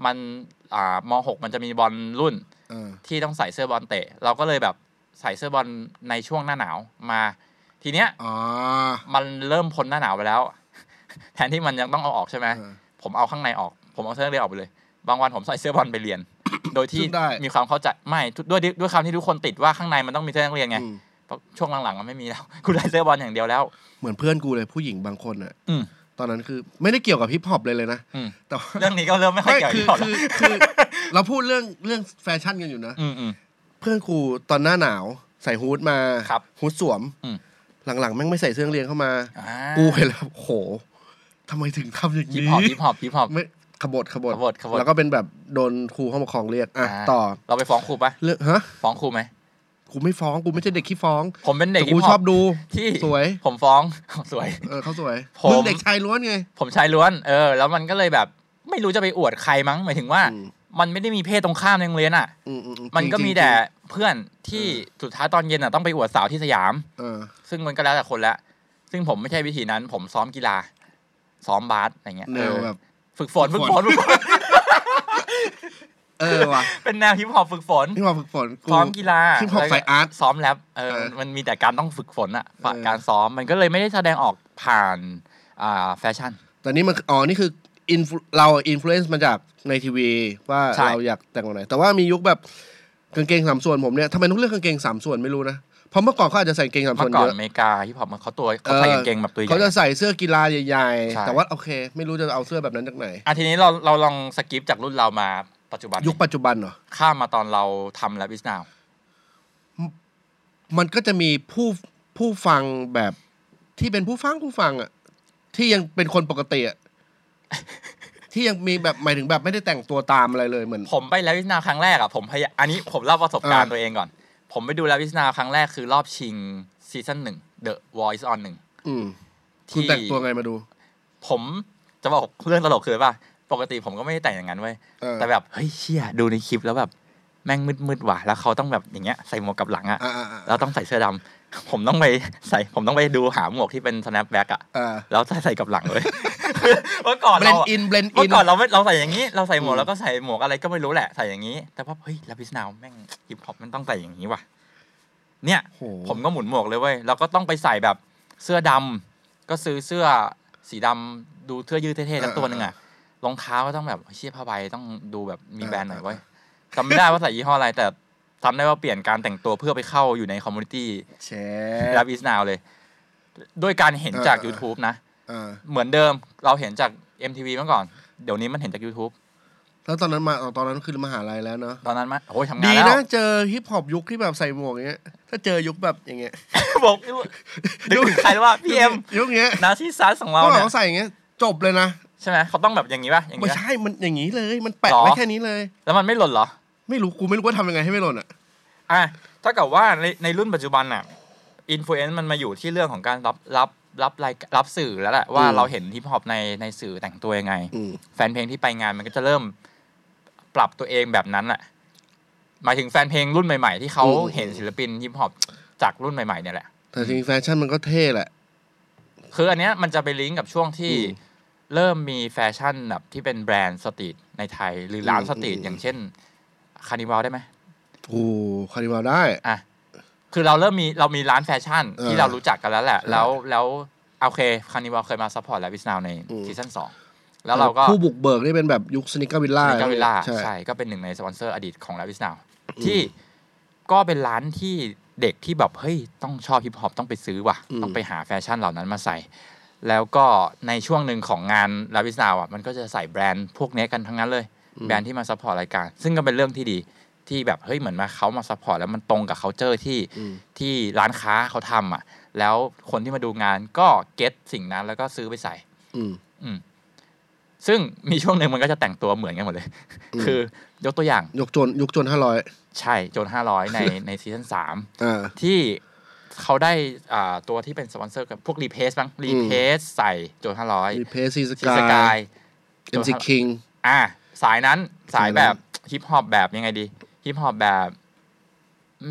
S2: มันอ่ามหกมันจะมีบอลรุ่น
S4: เออ
S2: ที่ต้องใส่เสื้อบอลเตะ เราก็เลยแบบใส่เสื้อบอลในช่วงหน้าหนาวมา ทีเนี้ย
S4: อ๋อ
S2: มันเริ่มพ้นหน้าหนาวไป แล้ว แทนที่มันยังต้องเอาออกใช่ไหม
S4: เออ
S2: ผมเอาข้างในออก ผมเอาเสื้อนักเรียนออกไปเลย บางวันผมใส่เสื้อบอลไปเรียน โดยที่
S4: ซึ่งได้
S2: มีความเข้าใจไม่ด้วยด้วยความที่ทุกคนติดว่าข้างในมันต้องมีเสื้อนักเรียนไง
S4: อืม
S2: เพราะช่วงหลังๆมันไม่มีแล้ว คุณไลเซอร์บอลอย่างเดียวแล้ว
S4: เหมือนเพื่อนกูเลยผู้หญิงบางคนอะ
S2: อืม
S4: ตอนนั้นคือไม่ได้เกี่ยวกับฮิปฮอปเลยเลยนะ
S2: อืม
S4: แต่ว่า
S2: เรื่องนี้ก็เริ่มไม่ค่อย
S4: ไม่
S2: เกี่ยว
S4: คื
S2: กันหร
S4: อ
S2: อก
S4: คือคือเราพูดเรื่องเรื่องแฟชั่นกันอยู่นะ
S2: อืมอืม
S4: เพื่อนกูตอนหน้าหนาวใส่ฮูดมา
S2: ครับ
S4: ฮูดสวม
S2: อืม
S4: หลังๆแม่งไม่ใส่เสื้อนักเรียนเข้ามา
S2: อ่า
S4: กูเห็นแล้วโหทำไมถึงทำอย่าง
S2: ฮิป
S4: นี้
S2: ฮอปฮิปฮอปฮิปฮอป
S4: ไม่ขบฏขบฏ
S2: ขบฏขบฏ
S4: แล้วก็เป็นแบบโดนครูห้องปกครองเรียกอ่ะ
S2: อ่า
S4: ต่อ
S2: เราไปฟ้องครูปะ
S4: เรื่องฮะ
S2: ฟ้องครูไหม
S4: กูไม่ฟ้องกูไม่ใช่เด็กขี้ฟ้อง
S2: ผมเป็นเด็ก
S4: แต่
S2: ฮิ
S4: กู
S2: ปฮ
S4: ช
S2: อ
S4: อ
S2: ป
S4: บดู
S2: ที่
S4: สวย
S2: ผมฟ้อง สวย
S4: เออเขาสวย
S2: ผม
S4: มึงเด็กชายล้วนไง
S2: ผมชายล้วน เออ แล้วมันก็เลยแบบ ไม่รู้จะไปอวดใครมั้ง หมายถึงว่า
S4: อืม
S2: มันไม่ได้มีเพศตรงข้ามในโรงเรียนอ่ะ
S4: อืมอือื
S2: มันก็
S4: จริงๆ
S2: มี
S4: จ
S2: แต่
S4: ริง
S2: เพื่อนที่
S4: เอ
S2: สุดท้ายตอนเย็นอ่ะต้องไปอวดสาวที่สยาม
S4: ๆเออ
S2: ซึ่งมันก็แล้วแต่คนละ ซึ่งผมไม่ใช่วิธีนั้น ผมซ้อมกีฬา ซ้อมบาสอะไรเงี้ย
S4: แน
S2: เอ
S4: ว
S2: อ
S4: แบบ
S2: ฝึกฝน
S4: ฝึ
S2: ฝึ
S4: ก
S2: ก
S4: ฝ
S2: ฝ
S4: น
S2: นฝึกฝน
S4: เออว่ะ
S2: เป็นแนวฮิปฮอปฝึกฝน
S4: นี่มาฝึกฝนกู
S2: ซ้อมกีฬา
S4: ฮิปฮอป
S2: แล้ว
S4: สายอาร์ต
S2: ซ้อมแรปเออ
S4: เออ
S2: มันมีแต่การต้องฝึกฝนอะ
S4: เออ
S2: การซ้อมมันก็เลยไม่ได้แสดงออกผ่านอ่าแฟชั่น
S4: แต่นี่มันอ๋อนี่คืออินเราอินฟลูเอนซ์มาจากในทีวี ว่า
S2: ใช่
S4: เราอยากแต่งแบบไหน แต่ว่ามียุคแบบกางเกงสามส่วนผมเนี่ยทำไมต้องเลือกกางเกงสามส่วนไม่รู้นะเพราะเมื่อก่อนเขาอาจจะใส่กางเกงสาม
S2: เมื่
S4: ส่
S2: อ
S4: วน
S2: ก่อน
S4: เยอะ
S2: อเมริกาฮิปฮอปมันเขาตัวเขาใส่
S4: เออ
S2: กางเกงแบบตัวให
S4: เขาจะ
S2: ญ่
S4: ใส่เสื้อกีฬาใหญ่
S2: ใช่
S4: ๆ แต่ว่าโอเค ไม่รู้จะเอาเสื้อแบบนั้นจากไหน
S2: อ่ะทีนี้เราเราลองสกิปจากรุ่นเรามาปัจจุบัน
S4: ยุคปัจจุบันเหรอ
S2: ข้ามมาตอนเราทำแรปอิสนาว
S4: มันก็จะมีผู้ผู้ฟังแบบที่เป็นผู้ฟังผู้ฟังอ่ะที่ยังเป็นคนปกติ อ่ะ ที่ยังมีแบบหมายถึงแบบไม่ได้แต่งตัวตามอะไรเลยเหมือน
S2: ผมไปแล้ววิสนาครั้งแรกอะผมพยายอันนี้ผมเล่าประสบการณ์
S4: อ่า
S2: ตัวเองก่อน ผมไปดูแล้ววิสนาครั้งแรกคือรอบชิงซีซั่นหนึ่ง The Voice on หนึ่ง
S4: อืมคุณแต่งตัวไงมาดู
S2: ผมจะบอกเรื่องตลกคือป่ะ ปกติผมก็ไม่ได้แต่งอย่างนั้นเว้ย
S4: เออ
S2: แต่แบบ เฮ้ยเชี่ยดูในคลิปแล้วแบบ แม่งมืดๆว่ะ แล้วเขาต้องแบบอย่างเงี้ยใส่หมวกกลับหลังอะ
S4: อ่าอ่า
S2: แล้วต้องใส่เสื้อดำ ผมต้องไปใส่ ผมต้องไปดูหาหมวกที่เป็น snapback อะ
S4: อ่า
S2: แล้วใส่ใส่กลับหลังเลย เมื่อก่อน
S4: เบล
S2: เรา
S4: น
S2: อะ
S4: อินเบลนอิ
S2: เมื่อน ก่อนเราไม่เราใส่อย่างนี้ เราใส่หมว
S4: อื
S2: ก
S4: ม
S2: แล้วก็ใส่หมวกอะไรก็ไม่รู้แหละ ใส่อย่างนี้ แต่ว่าเฮ้ยลาพิสนาวแม่งฮิปฮอปมันต้องใส่อย่างนี้ว่ะ เนี่ย
S4: โห
S2: ผมก็หมุนหมวกเลยเว้ย แล้วก็ต้องไปใส่แบบเสื้อดำ ก็ซื้อเสื้อสีดำดูเสื้อยืดเท่ๆสักตัวหนึ่งอะรองเท้าก็ต้องแบบเชี่ยผ้าใบต้องดูแบบมีแบรนด์หน่อยเว้ยจำไม่ได้ว่าใส่ยี่ห้ออะไร แต่จำได้ว่าเปลี่ยนการแต่งตัวเพื่อไปเข้าอยู่ในคอมมูนิตี้
S4: เช
S2: รั
S4: ฟ
S2: บอีสนาวเลย ด้วยการเห็นจาก
S4: เออเออ
S2: YouTube นะ
S4: อ่า
S2: เหมือนเดิมเราเห็นจาก MTV เมื่อก่อน เดี๋ยวนี้มันเห็นจาก YouTube
S4: แล้วตอนนั้นมาตอนนั้นคือมหาลัยแล้วเนาะ
S2: ตอนนั้นมาโอ้ยทำงาน
S4: ดี
S2: แล้ว
S4: นะ เจอฮิปฮอปยุคที่แบบใส่หมวกอย่างเงี้ย ถ้าเจอยุคแบบอย่างเงี้ย
S2: บอกพี่ว่านึกถึงใครว่าพี่เอ็ม
S4: ยุคเนี้ย
S2: นาซีซัสของเรา
S4: ก็
S2: เนี่ย
S4: เขาใส่อย่างเงี้ย จบเลยนะ
S2: ใช่ไหมเขาต้องแบบอย่างนี้ป่ะอย่าง
S4: ไม่
S2: นี้ปะ
S4: ใช่มันอย่างนี้เลย มันแปะ
S2: หรอ
S4: ไว้แค่นี้เลย
S2: แล้วมันไม่หล่นเหรอ
S4: ไม่รู้กูไม่รู้ว่าทำยังไงให้ไม่หล่นอ่ะ
S2: อ่ะถ้ากับว่าในในรุ่นปัจจุบันน่ะอินฟลูเอนซ์มันมาอยู่ที่เรื่องของการรับรับรับรายรับสื่อแล้วแหละว่า
S4: อืม
S2: เราเห็นฮิปฮอปในในสื่อแต่งตัวยังไง
S4: อืม
S2: แฟนเพลงที่ไปงานมันก็จะเริ่มปรับตัวเองแบบนั้นแหละหมายถึงแฟนเพลงรุ่นใหม่ ๆ ที่เขา
S4: อืม
S2: เห็นศิลปินฮิปฮอปจากรุ่นใหม่ ๆ เนี่ยแหละ
S4: แต่จริงๆแฟชั่นมันก็เท่แหละ
S2: คืออันเนี้ยมันจะไปลิงก์กับช่วงที่
S4: อืม
S2: เริ่มมีแฟชั่นแบบที่เป็นแบรนด์สตรีทในไทย หรือร้าน
S4: อืม
S2: สตรีท
S4: อืม
S2: อย่างเช่นคานิวัลได้ไหม
S4: โอ้คาริวาได้
S2: อ่ะ คือเราเริ่มมีเรามีร้านแฟชั่น
S4: เออ
S2: ที่เรารู้จักกันแล้วแหละ
S4: ใช่
S2: แล้วแล้วโอเคคานิวัลเคยมาซัพพอร์ตแล้ววิสนาวใน
S4: อืม
S2: ซีซั่นสองแล้วเราก็
S4: ผู้บุกเบิกนี่เป็นแบบยุคสนิกเกอร์วิลล่า
S2: ในกาวิลล่า
S4: ใช่
S2: ใช่ ก็เป็นหนึ่งในสปอนเซอร์อดีตของแล้ววิสนาวที่ก็เป็นร้านที่เด็กที่แบบ เฮ้ย ต้องชอบฮิปฮอปต้องไปซื้อว่ะ
S4: อืม
S2: ต้องไปหาแฟชั่นเหล่านั้นมาใส่ แล้วก็ในช่วงหนึ่งของงานลาวิสนาวอ่ะมันก็จะใส่แบรนด์พวกเนี้ยกันทั้งนั้นเลย แบรนด์ที่มาซัพพอร์ตรายการ ซึ่งก็เป็นเรื่องที่ดีที่แบบเฮ้ยเหมือนมาเขามาซัพพอร์ตแล้วมันตรงกับเคาเจอร์ที่
S4: อืม
S2: ที่ร้านค้าเขาทำอ่ะ แล้วคนที่มาดูงานก็เก็ตสิ่งนั้นแล้วก็ซื้อไปใส่
S4: อืม
S2: อืม ซึ่ง มีช่วงหนึ่งมันก็จะแต่งตัวเหมือนกันหมดเลย
S4: อืม
S2: คือยกตัวอย่าง
S4: ยกจนยกจนห้าร้อย
S2: ใช่โจนห้าร้อยใน ในซีซั่นสาม
S4: อ่า
S2: ที่เขาได้อ่าตัวที่เป็นสปอนเซอร์กับพวกรีเพสบ้างรีเพสใส่โจนห้าร้อย
S4: มีเพสซีส
S2: ซีส
S4: กาก
S2: าย ย
S4: เอ็มซีคิง
S2: อ่ะสายนั้นสา
S4: สาย ยนั้น
S2: แบบฮิปฮอปแบบยังไงดีฮิปฮอปแบบ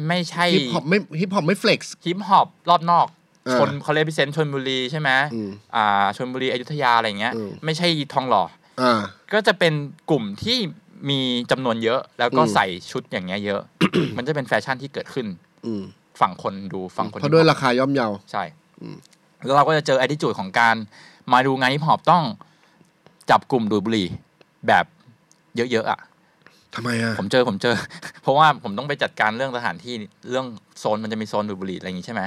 S2: ไม่ใช่
S4: ฮิปฮอปไม่ฮิปฮอปไม่เฟล็กซ์
S2: ฮิปฮอปรอบนอก
S4: เออ
S2: ชนเขาเลพิเซนชนบุรีใช่ไหม
S4: อืม
S2: อ่าชนบุรีอยุธยาอะไรอย่างเงี้ย
S4: อืม
S2: ไม่ใช่ทองหล่อ
S4: อ่า
S2: ก็จะเป็นกลุ่มที่มีจำนวนเยอะ แล้วก็
S4: อืม
S2: ใส่ชุดอย่างเงี้ยเยอะ มันจะเป็นแฟชั่นที่เกิดขึ้น
S4: อืม
S2: ฝั่งคนดูฝั่งคน
S4: เพราะด้วยราคาย่อมเยา
S2: ใช่
S4: อืม
S2: แล้วเราก็จะเจอ a อ t i t u d e ของการมาดูงานฮิปฮอปต้องจับกลุ่มดูดบุหรี่แบบเยอะๆอ่ะ
S4: ทำไมอ่ะ
S2: ผมเจอผมเจอ เพราะว่าผมต้องไปจัดการเรื่องสถานที่เรื่องโซนมันจะมีโซนดูดบุหรี่อะไรอย่างงี้ใช่ไหม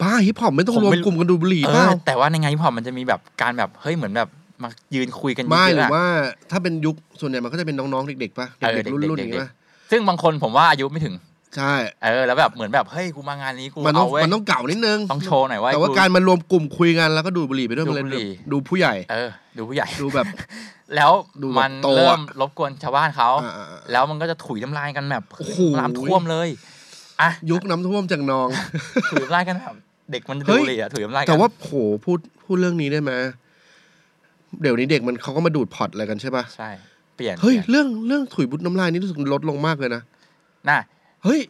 S4: บ้าฮิปฮอปไม่ต้อง
S2: ผม
S4: รวม
S2: ไม่
S4: กลุ่มกันดูบุหรี่
S2: เอ
S4: เปล่า
S2: อแต่ว่าในงานฮิปฮอปมันจะมีแบบการแบบเฮ้ยเหมือนแบบมายืนคุยกันเย
S4: ไม่
S2: อะ
S4: ห
S2: ๆ
S4: รือ
S2: อะ
S4: ว่าถ้าเป็นยุคส่วนใหญ่มันก็จะเป็นน้องๆ เด็กๆป่ะ
S2: เออ
S4: เด็กๆรุ่นๆ
S2: เด็ๆ
S4: อกย่างงี้ป่ะ
S2: ซึ่งบางคนผมว่าอายุไม่ถึง
S4: ใช่
S2: เออแล้วแบบเหมือนแบบเฮ้ยกูมางานนี้กู
S4: มันต้อง
S2: เอาเว้ย
S4: มันต้องเก่านิดนึง
S2: ต้องโชว์หน่อยว่า
S4: แต่ว่า
S2: กู
S4: การมารวมกลุ่มคุยกันแล้วก็ดูบุหรี่ไปด้วย
S2: ดู
S4: มัน
S2: บุ
S4: เลย
S2: หรี่
S4: ดูผู้ใหญ่
S2: เออดูผู้ใหญ่
S4: ดูแบบ
S2: แล้ว
S4: ดูแบบ
S2: มัน
S4: โตอะ
S2: เริ่มรบกวนชาวบ้านเขา
S4: อ่าๆๆ
S2: แล้วมันก็จะถุยน้ำลายกันแบบ
S4: โอ้โห
S2: น้ำท่วมเลยอ่ะ
S4: ยุคน้ำท่วมจากนอง
S2: ถุยน้ำลายกันแบบเด็กมันจะ
S4: เฮ้
S2: ดู
S4: ย
S2: เลยอ่ะถุยน้ำลายกั
S4: แต่ว่าโหพูดพูดเรื่องนี้ได้ไหมเดี๋ยวนี้เด็กมันเขาก็มาดูดพอร์ตอะไรกันใช่ป่ะ
S2: ใช่เปลี่ยน
S4: เฮ้ย
S2: ปลี่น
S4: เรื่องเรื่องถุยบุตน้ำลายนี่รู้สึกลดลงมากเลยนะ
S2: น่ะ
S4: เฮ้ย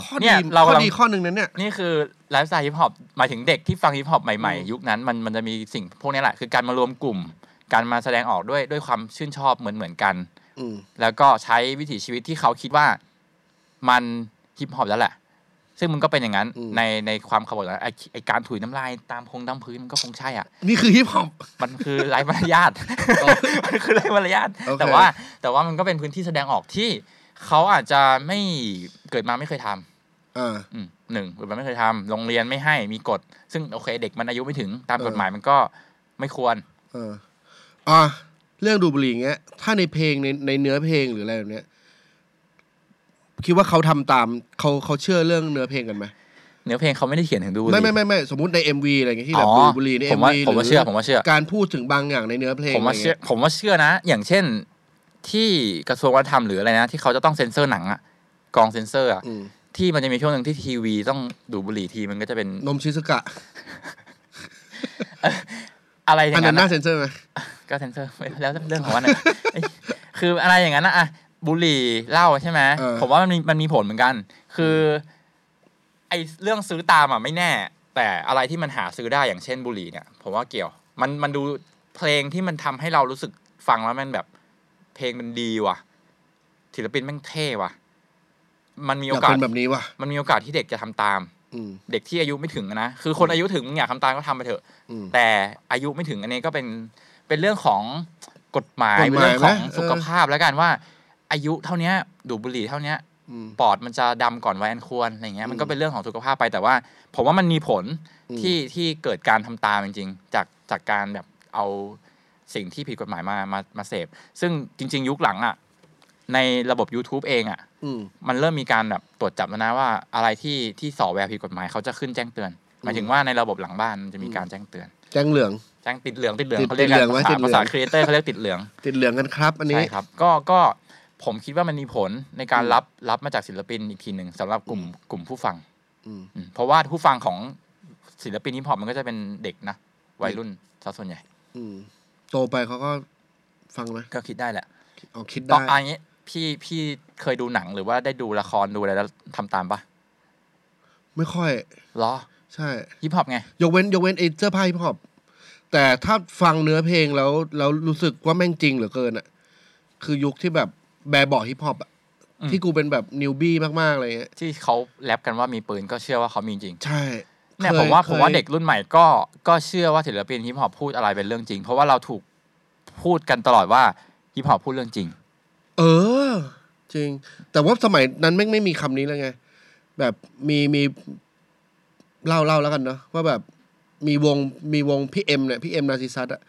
S4: ข้อ
S2: เนี่
S4: ดี
S2: ย
S4: ข้อ
S2: เราำ
S4: ก
S2: ลัง
S4: ดีข้อหนึ่งนั้นเนี่ย
S2: นี่คือไลฟ์สไตล์ฮิปฮอปหมายถึงเด็กที่ฟังฮิปฮอปใหม่
S4: อืม
S2: ๆ ยุคนั้นมันมันจะมีสิ่งพวกนี้แหละ คือการมารวมกลุ่ม การมาแสดงออกด้วยด้วยความชื่นชอบเหมือนเหมือนๆกัน
S4: อืม
S2: แล้วก็ใช้วิถีชีวิตที่เขาคิดว่ามันฮิปฮอปแล้วแหละ ซึ่งมันก็เป็นอย่างนั้น
S4: อืม
S2: ในในความขบวนการไอ้ไอการถุยน้ำลายตามพงตามพื้นมันก็คงใช่อ่ะ
S4: นี่คือฮิปฮอป
S2: มันคือไร้มารยาท มันคือไร้มารยาท
S4: โอเค
S2: แต่ว่าแต่ว่ามันก็เป็นพื้นที่แสดงออกที่เขาอาจจะไม่เกิดมาไม่เคยทำ
S4: อ่า
S2: อืมหนึ่งคือมันไม่เคยทำโรงเรียนไม่ให้มีกฎ ซึ่งโอเค เด็กมันอายุไม่ถึงตาม
S4: เออ
S2: กฎหมายมันก็ไม่ควร
S4: เอออ่ะเรื่องดูบุหรี่อย่างเงี้ย ถ้าในเพลงในในเนื้อเพลงหรืออะไรแบบเนี้ย คิดว่าเขาทำตามเขาเขาเชื่อเรื่องเนื้อเพลงกันไหม
S2: เนื้อเพลงเขาไม่ได้เขียนถึงดูบุห
S4: ไม่
S2: รี่
S4: ไม่ไม่ไม่สมมติในเอ็มวีอะไรอย่างเงี้ยที่
S2: อ๋
S4: แบบ
S2: อ
S4: ดูบุหรี่ใน
S2: ผ
S4: เอ็
S2: ม
S4: ม
S2: ว่า
S4: วี
S2: ผมว่าเชื่อ ผมว่าเชื่อ
S4: การพูดถึงบางอย่างในเนื้อเพลง
S2: ผมว่าเชื่อ ผมว่าเชื่อนะ อย่างเช่นที่กระทรวงวัฒนธรรมหรืออะไรนะ ที่เขาจะต้องเซ็นเซอร์หนังอะกองเซ็นเซอร์อะ
S4: อืม
S2: ที่มันจะมีช่วงหนึ่งที่ทีวีต้องดูบุหรี่ทีมันก็จะเป็น
S4: นมชิสกะ
S2: อะไรอย่า
S4: อัน
S2: ง
S4: นั้
S2: นั้น น
S4: น่า
S2: อะ
S4: เซนเซอร์ไหม
S2: ก็เซ็นเซอร์ ไม่แล้วแต่เรื่องของวันอะ เอ้ยคืออะไรอย่างนั้นนะอะบุหรี่เหล้าใช่ไหมผมว่ามันมีมันมีผลเหมือนกัน คือ ไอเรื่องซื้อตามอ่ะไม่แน่ แต่อะไรที่มันหาซื้อได้อย่างเช่นบุหรี่เนี่ย ผมว่าเกี่ยว มันมันดูเพลงที่มันทำให้เรารู้สึกฟังแล้วมันแบบ เพลงมันดีว่ะศิลปินแม่งเท่ว่ะ มันมีโอย
S4: อาก
S2: กาส
S4: เป็นแบบนี้ว่ะ
S2: มันมีโอกาสที่เด็กจะทำตาม
S4: อืม
S2: เด็กที่อายุไม่ถึงอะนะคือคนอายุถึงมึงอยากทำตามก็ทำไปเถอะ
S4: อืม
S2: แต่อายุไม่ถึงอันนี้ก็เป็นเป็นเรื่องของกฎหมาย
S4: กฎ
S2: เป็
S4: หมาย
S2: นเรื่องของ
S4: ไหมเออ
S2: สุขภาพแล้วกันว่า อายุเท่าเนี้ยดูดบุหรี่เท่าเนี้ย
S4: อืม
S2: ปอดมันจะดำก่อนวัยอันควรอะไรเงี้ยมันก็
S4: อืม
S2: เป็นเรื่องของสุขภาพไปแต่ว่า ผมว่ามันมีผล
S4: อืม
S2: ที่ที่เกิดการทำตามจริงๆจากจากการแบบเอา สิ่งที่ผิดกฎหมายมามามาเสพ ซึ่งจริง ๆ ยุคหลังอ่ะในระบบ YouTube เองอ่ะ
S4: อืม
S2: มันเริ่มมีการแบบตรวจจับแล้วนะว่าอะไรที่ที่สอแววผิดกฎหมายเขาจะขึ้นแจ้งเตือน หมายถึงว่าในระบบหลังบ้านมันจะมีการแจ้งเตือน
S4: แจ้งเหลือง
S2: แจ้งติดเหลืองติดเหลือง
S4: ติด
S2: เขาเรียกกั
S4: ติดเหลื
S2: น
S4: องไว้
S2: ภาษาภา
S4: ติดเหลือง
S2: ษาครีเอเตอร์เขาเรียกติดเหลือง
S4: ติดเหลืองกันครับ อันนี้
S2: ใช่ครับ ก็ก็ผมคิดว่ามันมีผลในการรับรับมาจากศิลปินอีกทีหนึ่งสำหรับกลุ่มกลุ่มผู้ฟัง
S4: อืม
S2: อืมเพราะว่าผู้ฟังของศิลปินฮิปฮอปมันก็จะเป็นเด็กนะวัยรุ่นซะส่วนใหญ่
S4: อืม โตไปเขาก็ฟังไหม
S2: ก็คิดได้แหละ
S4: เอาคิด
S2: ตอ
S4: ได้
S2: นอันนี้พี่พี่เคยดูหนังหรือว่าได้ดูละครดูอะไรแล้วทำตามปะ
S4: ไม่ค่อย
S2: เหรอ
S4: ใช่
S2: ฮิปฮอปไง
S4: ยกเว้น ยกเว้นไอ้เสื้อผ้าฮิปฮอปแต่ถ้าฟังเนื้อเพลงแล้วแล้วรู้สึกว่าแม่งจริงเหลือเกินอ่ะ คือยุคที่แบบแบบบอกฮิปฮอปอ่ะ
S2: อืม
S4: ที่กูเป็นแบบนิวบี้มากๆอะไรเงี้ย ที่
S2: ที่เขาแรปกันว่ามีปืนก็เชื่อว่าเขามีจริง
S4: ใช่
S2: เนี่ย
S4: ค
S2: ผมว่า
S4: คย
S2: ผมว่าเด็กรุ่นใหม่ก็ก็เชื่อว่าศิลปินฮิปฮอปพูดอะไรเป็นเรื่องจริง เพราะว่าเราถูกพูดกันตลอดว่าฮิปฮอปพูดเรื่องจริง
S4: เออ จริง แต่ว่าสมัยนั้นแม่งไม่มีคำนี้แล้วไง แบบมีมีเล่าเล่าแล้วกันเนาะว่าแบบมีวงมีวงพี่เอ็มเนี่ยพี่เอ็มนาซิซัสอ่ะ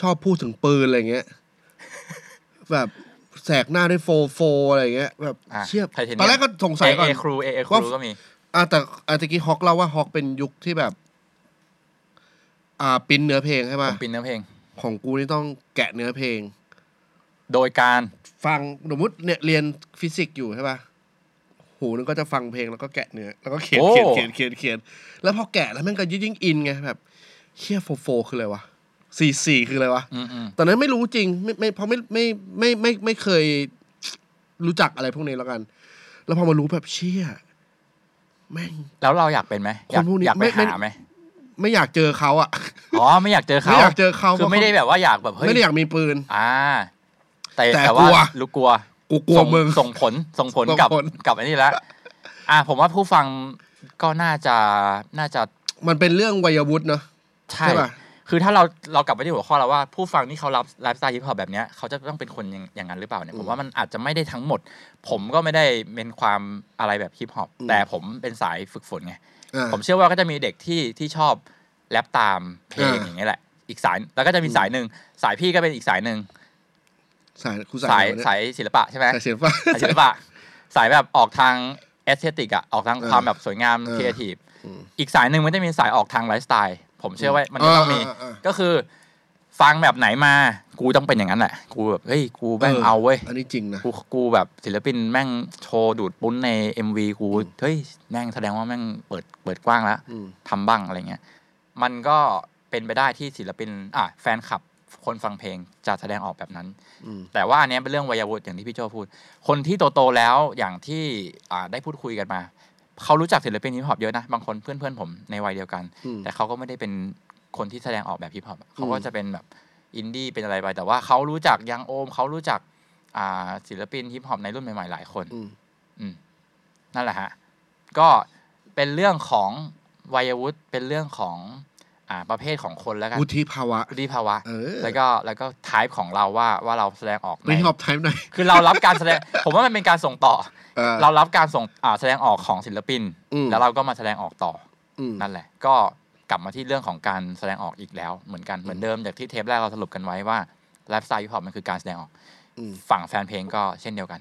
S4: ชอบพูดถึงปืนอะไรเงี้ย แบบแสกหน้าด้วยโฟร์โฟร์อะไรเงี้ย แบบ
S2: อ่ะ
S4: เชี่ย
S2: Titanium
S4: ตอนแรกก็สง
S2: เอ
S4: สัยก่อน
S2: เอครูเอเอค
S4: ว่า
S2: รูก็มี
S4: อ่ะแต่อาตะกี้ฮอกเล่าว่าฮอกเป็นยุคที่แบบ อ่าปริ้นเนื้อเพลงใช่
S2: ผ
S4: ป่ะ
S2: มปินเนื้อเพลง
S4: ของกูนี่ต้องแกะเนื้อเพลง
S2: โดยการ
S4: ฟังสมมติเนี่ยเรียนฟิสิกส์อยู่ใช่ป่ะหูนึงก็จะฟังเพลงแล้วก็แกะเนื้อแล้วก็เขียนเขียนเขียนเขียนเขียนแล้วพอแกะแล้วแม่งก็ยิ่งยิ่งอินไงแบบเชี่ยโฟร์โฟร์คืออะไรวะสี่สี่คืออะไรวะ
S2: อืมอืม
S4: ตอนนั้นไม่รู้จริง ไม่ไม่เพราะไม่ไม่ไม่ไม่ไม่เคยรู้จักอะไรพวกนี้แล้วกัน แล้วพอมารู้แบบเชี่ยแม่ง
S2: แล้วเราอยากเป็นไหมอยาก
S4: คนพวกนี้
S2: อยากไป
S4: ไม่ไม่
S2: หาไหม
S4: ไม่อยากเจอเขาอะ
S2: อ๋อไม่อยากเจอเขา
S4: ไม่อยากเจอเขา
S2: คือไม่ได้แบบว่าอยากแบบเฮ้ย
S4: ไม่ได้อยากมีปืน
S2: อ่า แต่
S4: แต่
S2: แต่
S4: กลั
S2: ว่าว รู้กลัว
S4: กูกลัว
S2: ส่ง
S4: มึง
S2: ส่งผลส่งผล
S4: ส่ง
S2: กับ
S4: ผล
S2: กับอันนี้ละอ่าผมว่าผู้ฟังก็น่าจะน่าจะ
S4: มันเป็นเรื่องวัยวุฒิเนอะ
S2: ใช่
S4: ใช่ป่ะ
S2: คือถ้าเราเรากลับไปที่หัวข้อแล้วว่าผู้ฟังที่เขารับไลฟ์สไตล์ฮิปฮอปแบบเนี้ยเขาจะต้องเป็นคนอย่างอย่างนั้นหรือเปล่าเนี่ยผมว่ามันอาจจะไม่ได้ทั้งหมด ผมก็ไม่ได้เป็นความอะไรแบบฮิปฮอปแต่ผมเป็นสายฝึกฝนไง
S4: อ่า
S2: ผมเชื่อว่าก็จะมีเด็กที่ที่ชอบแรปตามเพลง
S4: อ่า
S2: อย่างเงี้ยแหละ อีกสายแล้วก็จะมีสายหนึ่งสายพี่ก็เป็นอีกสายหนึ่ง
S4: สายกู
S2: สา
S4: สาย ยไหนวะเนี่ย
S2: สายศิลปะใช่ไหม
S4: สายเสียงฟ้า
S2: สายศิลปะสายแบบออกทางเอสเ e ติกอะออกทางความแบบสวยงาม
S4: เออ
S2: ครีเอทีฟ
S4: อืม
S2: อีกสายหนึ่งมันจะมีสายออกทางไลฟ์สไตล์ผมเชื่อว่ามันก็ต้องมี
S4: เออเออเออ
S2: ก็คือ ฟังแบบไหนมา กูต้องเป็นอย่างนั้นแหละ กูแบบเฮ้ยกูแม่ง
S4: เออ
S2: เอาเว้ย
S4: อันนี้จริงนะ
S2: กูกูแบบศิลปินแม่งโชว์ดูดปุ้นใน MV กูเฮ้ยแม่งแสดงว่าแม่งเปิดเปิดกว้างแล้ว
S4: อืม
S2: ทำบ้างอะไรเงี้ยมันก็เป็นไปได้ที่ศิลปินอ่ะแฟนคลับคนฟังเพลงจะแสดงออกแบบนั้น
S4: อืม
S2: แต่ว่าอันเนี้ยเป็นเรื่องวัยวุฒิอย่างที่พี่โจพูด คนที่โตๆแล้วอย่างที่อ่าได้พูดคุยกันมา เขารู้จักศิลปินฮิปฮอปเยอะนะ บางคนเพื่อนๆผมในวัยเดียวกัน
S4: อืม
S2: แต่เขาก็ไม่ได้เป็นคนที่แสดงออกแบบฮิปฮอปอะเขาก็
S4: อืม
S2: จะเป็นแบบอินดี้เป็นอะไรไปแต่ว่าเขารู้จักยังโอม เขารู้จักอ่าศิลปินฮิปฮอปในรุ่นใหม่ๆหลายคน
S4: อืม
S2: นั่นแหละฮะ ก็เป็นเรื่องของวัยวุฒิเป็นเรื่องของอ่าประเภทของคนแล้วกัน
S4: วุฒิภาวะ
S2: วุฒิภาวะ
S4: เออ
S2: แล้วก็แล้วก็ทายของเราว่าว่าเราแสดงออกใน
S4: ไม่ชอบไทม์ไหนอย
S2: คือเรารับการแสดง ผมว่ามันเป็นการส่งต่อ
S4: ออ
S2: เรารับการส่งอ่าแสดงออกของศิลปิน
S4: อืม
S2: แล้วเราก็มาแสดงออกต่อ
S4: อืม
S2: อนั่นแหละ ก็กลับมาที่เรื่องของการแสดงออกอีกแล้ว เหมือนกันเหมือนเดิมจากที่เทปแรกเราสรุปกันไว้ว่าไลฟ์สไตล์ฮิปฮอปมันคือการแสดงออก
S4: อืม
S2: ฝั่งแฟนเพลงก็เช่นเดียวกัน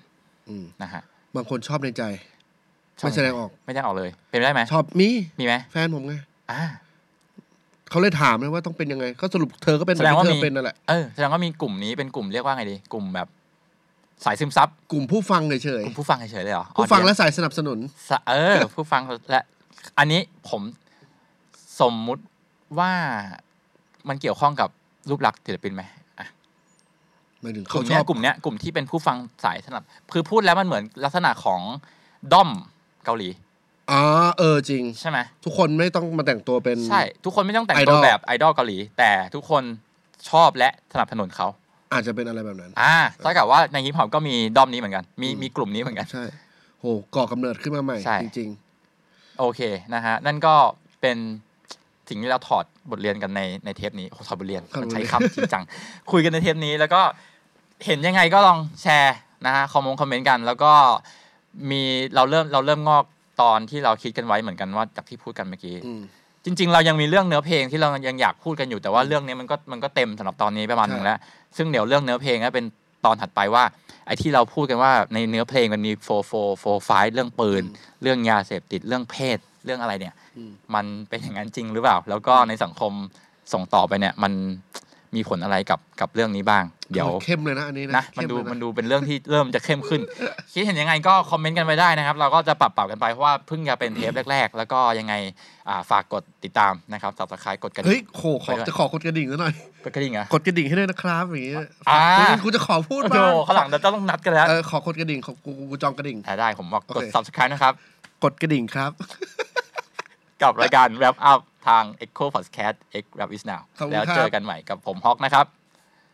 S4: อืม
S2: นะฮะ
S4: บางคนชอบในใจ ไม่แสดงออก
S2: ไม่ได้ออกเลย เป็นไปได้ไหม
S4: ชอบมี
S2: มีไหม
S4: แฟนผมไง
S2: อ่า
S4: เขาเลยถามเลยว่าต้องเป็นยังไง ก็สรุปเธอก็เป็น
S2: แสดง
S4: ที่
S2: ว่า
S4: เธอ
S2: มี
S4: เป็นนั่นแหละ
S2: เออแสดงว่ามีกลุ่มนี้เป็นกลุ่มเรียกว่าไงดี กลุ่มแบบสายซึมซับ
S4: กลุ่มผู้ฟังเฉย
S2: กลุ่มผู้ฟังเฉยๆเลยเหรอ
S4: ๆผู้ฟังและสายสนับสนุน
S2: สะเออ ผู้ฟังและ อันนี้ผมสมมุติว่ามันเกี่ยวข้องกับรูปลักษณ์ศิลปินไหมอ่ะ
S4: หมายถึง
S2: ก
S4: เขา
S2: ลุ่ม
S4: ช
S2: เนี้
S4: อย บ
S2: กลุ่มเนี้ยกลุ่มที่เป็นผู้ฟังสายสนับคือพูดแล้วมันเหมือนลักษณะของด้อมเกาหลี
S4: อ๋อเออจริง
S2: ใช่ไหม
S4: ทุกคนไม่ต้องมาแต่งตัวเป็น
S2: ใช่ ทุกคนไม่ต้องแต่งตัว
S4: idol
S2: แบบไอดอลเกาหลี แต่ทุกคนชอบและสนับสนุนเขา
S4: อาจจะเป็นอะไรแบบนั้น
S2: อ่าเท่ากับว่าในฮิปฮอปก็มีด้อมนี้เหมือนกัน มีมีกลุ่มนี้เหมือนกัน
S4: ใช่ โหก่อกำเนิดขึ้นมาใหม่
S2: ใช่
S4: จริง
S2: โอเคนะฮะ นั่นก็เป็นสิ่งที่เราถอดบทเรียนกันในในเทปนี้โอ้ถอดบทเรียน
S4: ครับ
S2: มันใช้
S4: ผม
S2: คำจริง จัง คุยกันในเทปนี้แล้วก็เห็นยังไงก็ลองแชร์นะฮะคอมมงคอมเมนต์กัน แล้วก็มีเราเริ่มเราเริ่มงอกตอนที่เราคิดกันไว้เหมือนกันว่าจากที่พูดกันเมื่อกี้
S4: ๆ อืม
S2: จริง ๆ เรายังมีเรื่องเนื้อเพลงที่เรายังอยากพูดกันอยู่แต่ว่าเรื่องนี้มันก็มันก็เต็มสำหรับตอนนี้ประมาณหนึงแล้ว ซึ่งเดี๋ยวเรื่องเนื้อเพลงก็เป็นตอนถัดไปว่า ไอ้ที่เราพูดกันว่าในเนื้อเพลงมันมีโฟโฟโฟไฟเรื่องปืน
S4: อื
S2: เรื่องยาเสพติดเรื่องเพศเรื่องอะไรเนี่ย
S4: อืม
S2: มันเป็นอย่างนั้นจริงหรือเปล่า แล้วก็ในสังคมส่งต่อไปเนี่ย มันมีผลอะไรกับกับเรื่องนี้บ้าง เดี๋ยว
S4: เข้มเลยนะอันนี้นะ
S2: นะมัน
S4: เข้
S2: ดู
S4: เลยะ
S2: มันดูเป็นเรื่องที่เริ่มจะเข้ม ขึ้น คิดเห็นยังไงก็คอมเมนต์กันไปได้นะครับ เราก็จะปรับปรับกันไปเพราะว่าเพิ่งจะเป็นเทปแรก ๆ แล้วก็ยังไงอ่าฝากกดติดตามนะครับสับสไครต์กดกระ
S4: เฮ้
S2: ดิ่
S4: ย
S2: ง
S4: โขข
S2: ไป
S4: อ
S2: ด้วย
S4: จะขอกดกระดิ่งซะหน่อย
S2: กดกระดิ่งเหรอ่ะ
S4: กดกระดิ่งให้ด้วยนะครับอย่างเงี้ย
S2: อ่า
S4: เฮ้ยกูจะขอพูด
S2: โอ้
S4: บ้าง
S2: โหข้างหลังเราจะต้องนัดกันแล้ว
S4: เออขอกดกระดิ่งขอกูกูจองกระดิ่ง
S2: อ่ะได้ผมบอกกด
S4: โอเค
S2: subscribe นะครับ
S4: กดกระดิ่งครับ
S2: กับรายการ wrap up ทาง Echo Podcast X Wrap Is Now
S4: ขอบคุณ
S2: แล้ว
S4: ครับ
S2: เจอกันใหม่กับผมฮอกนะครับ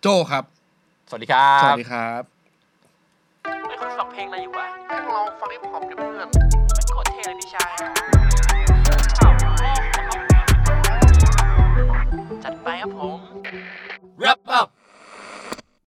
S4: โจครับ
S2: สวัสดีครั
S4: สวั
S2: บ
S4: สดีครับ
S3: ไม่คุณฟังเพลงอะไรอยู่วะ
S1: แม่งลองฟังฮิปฮอปกับเพื่อน
S3: ไม่โคตรเท่เลยพี่ชายเป่าโลกนะครับจัดไปครับผม
S5: Wrap up.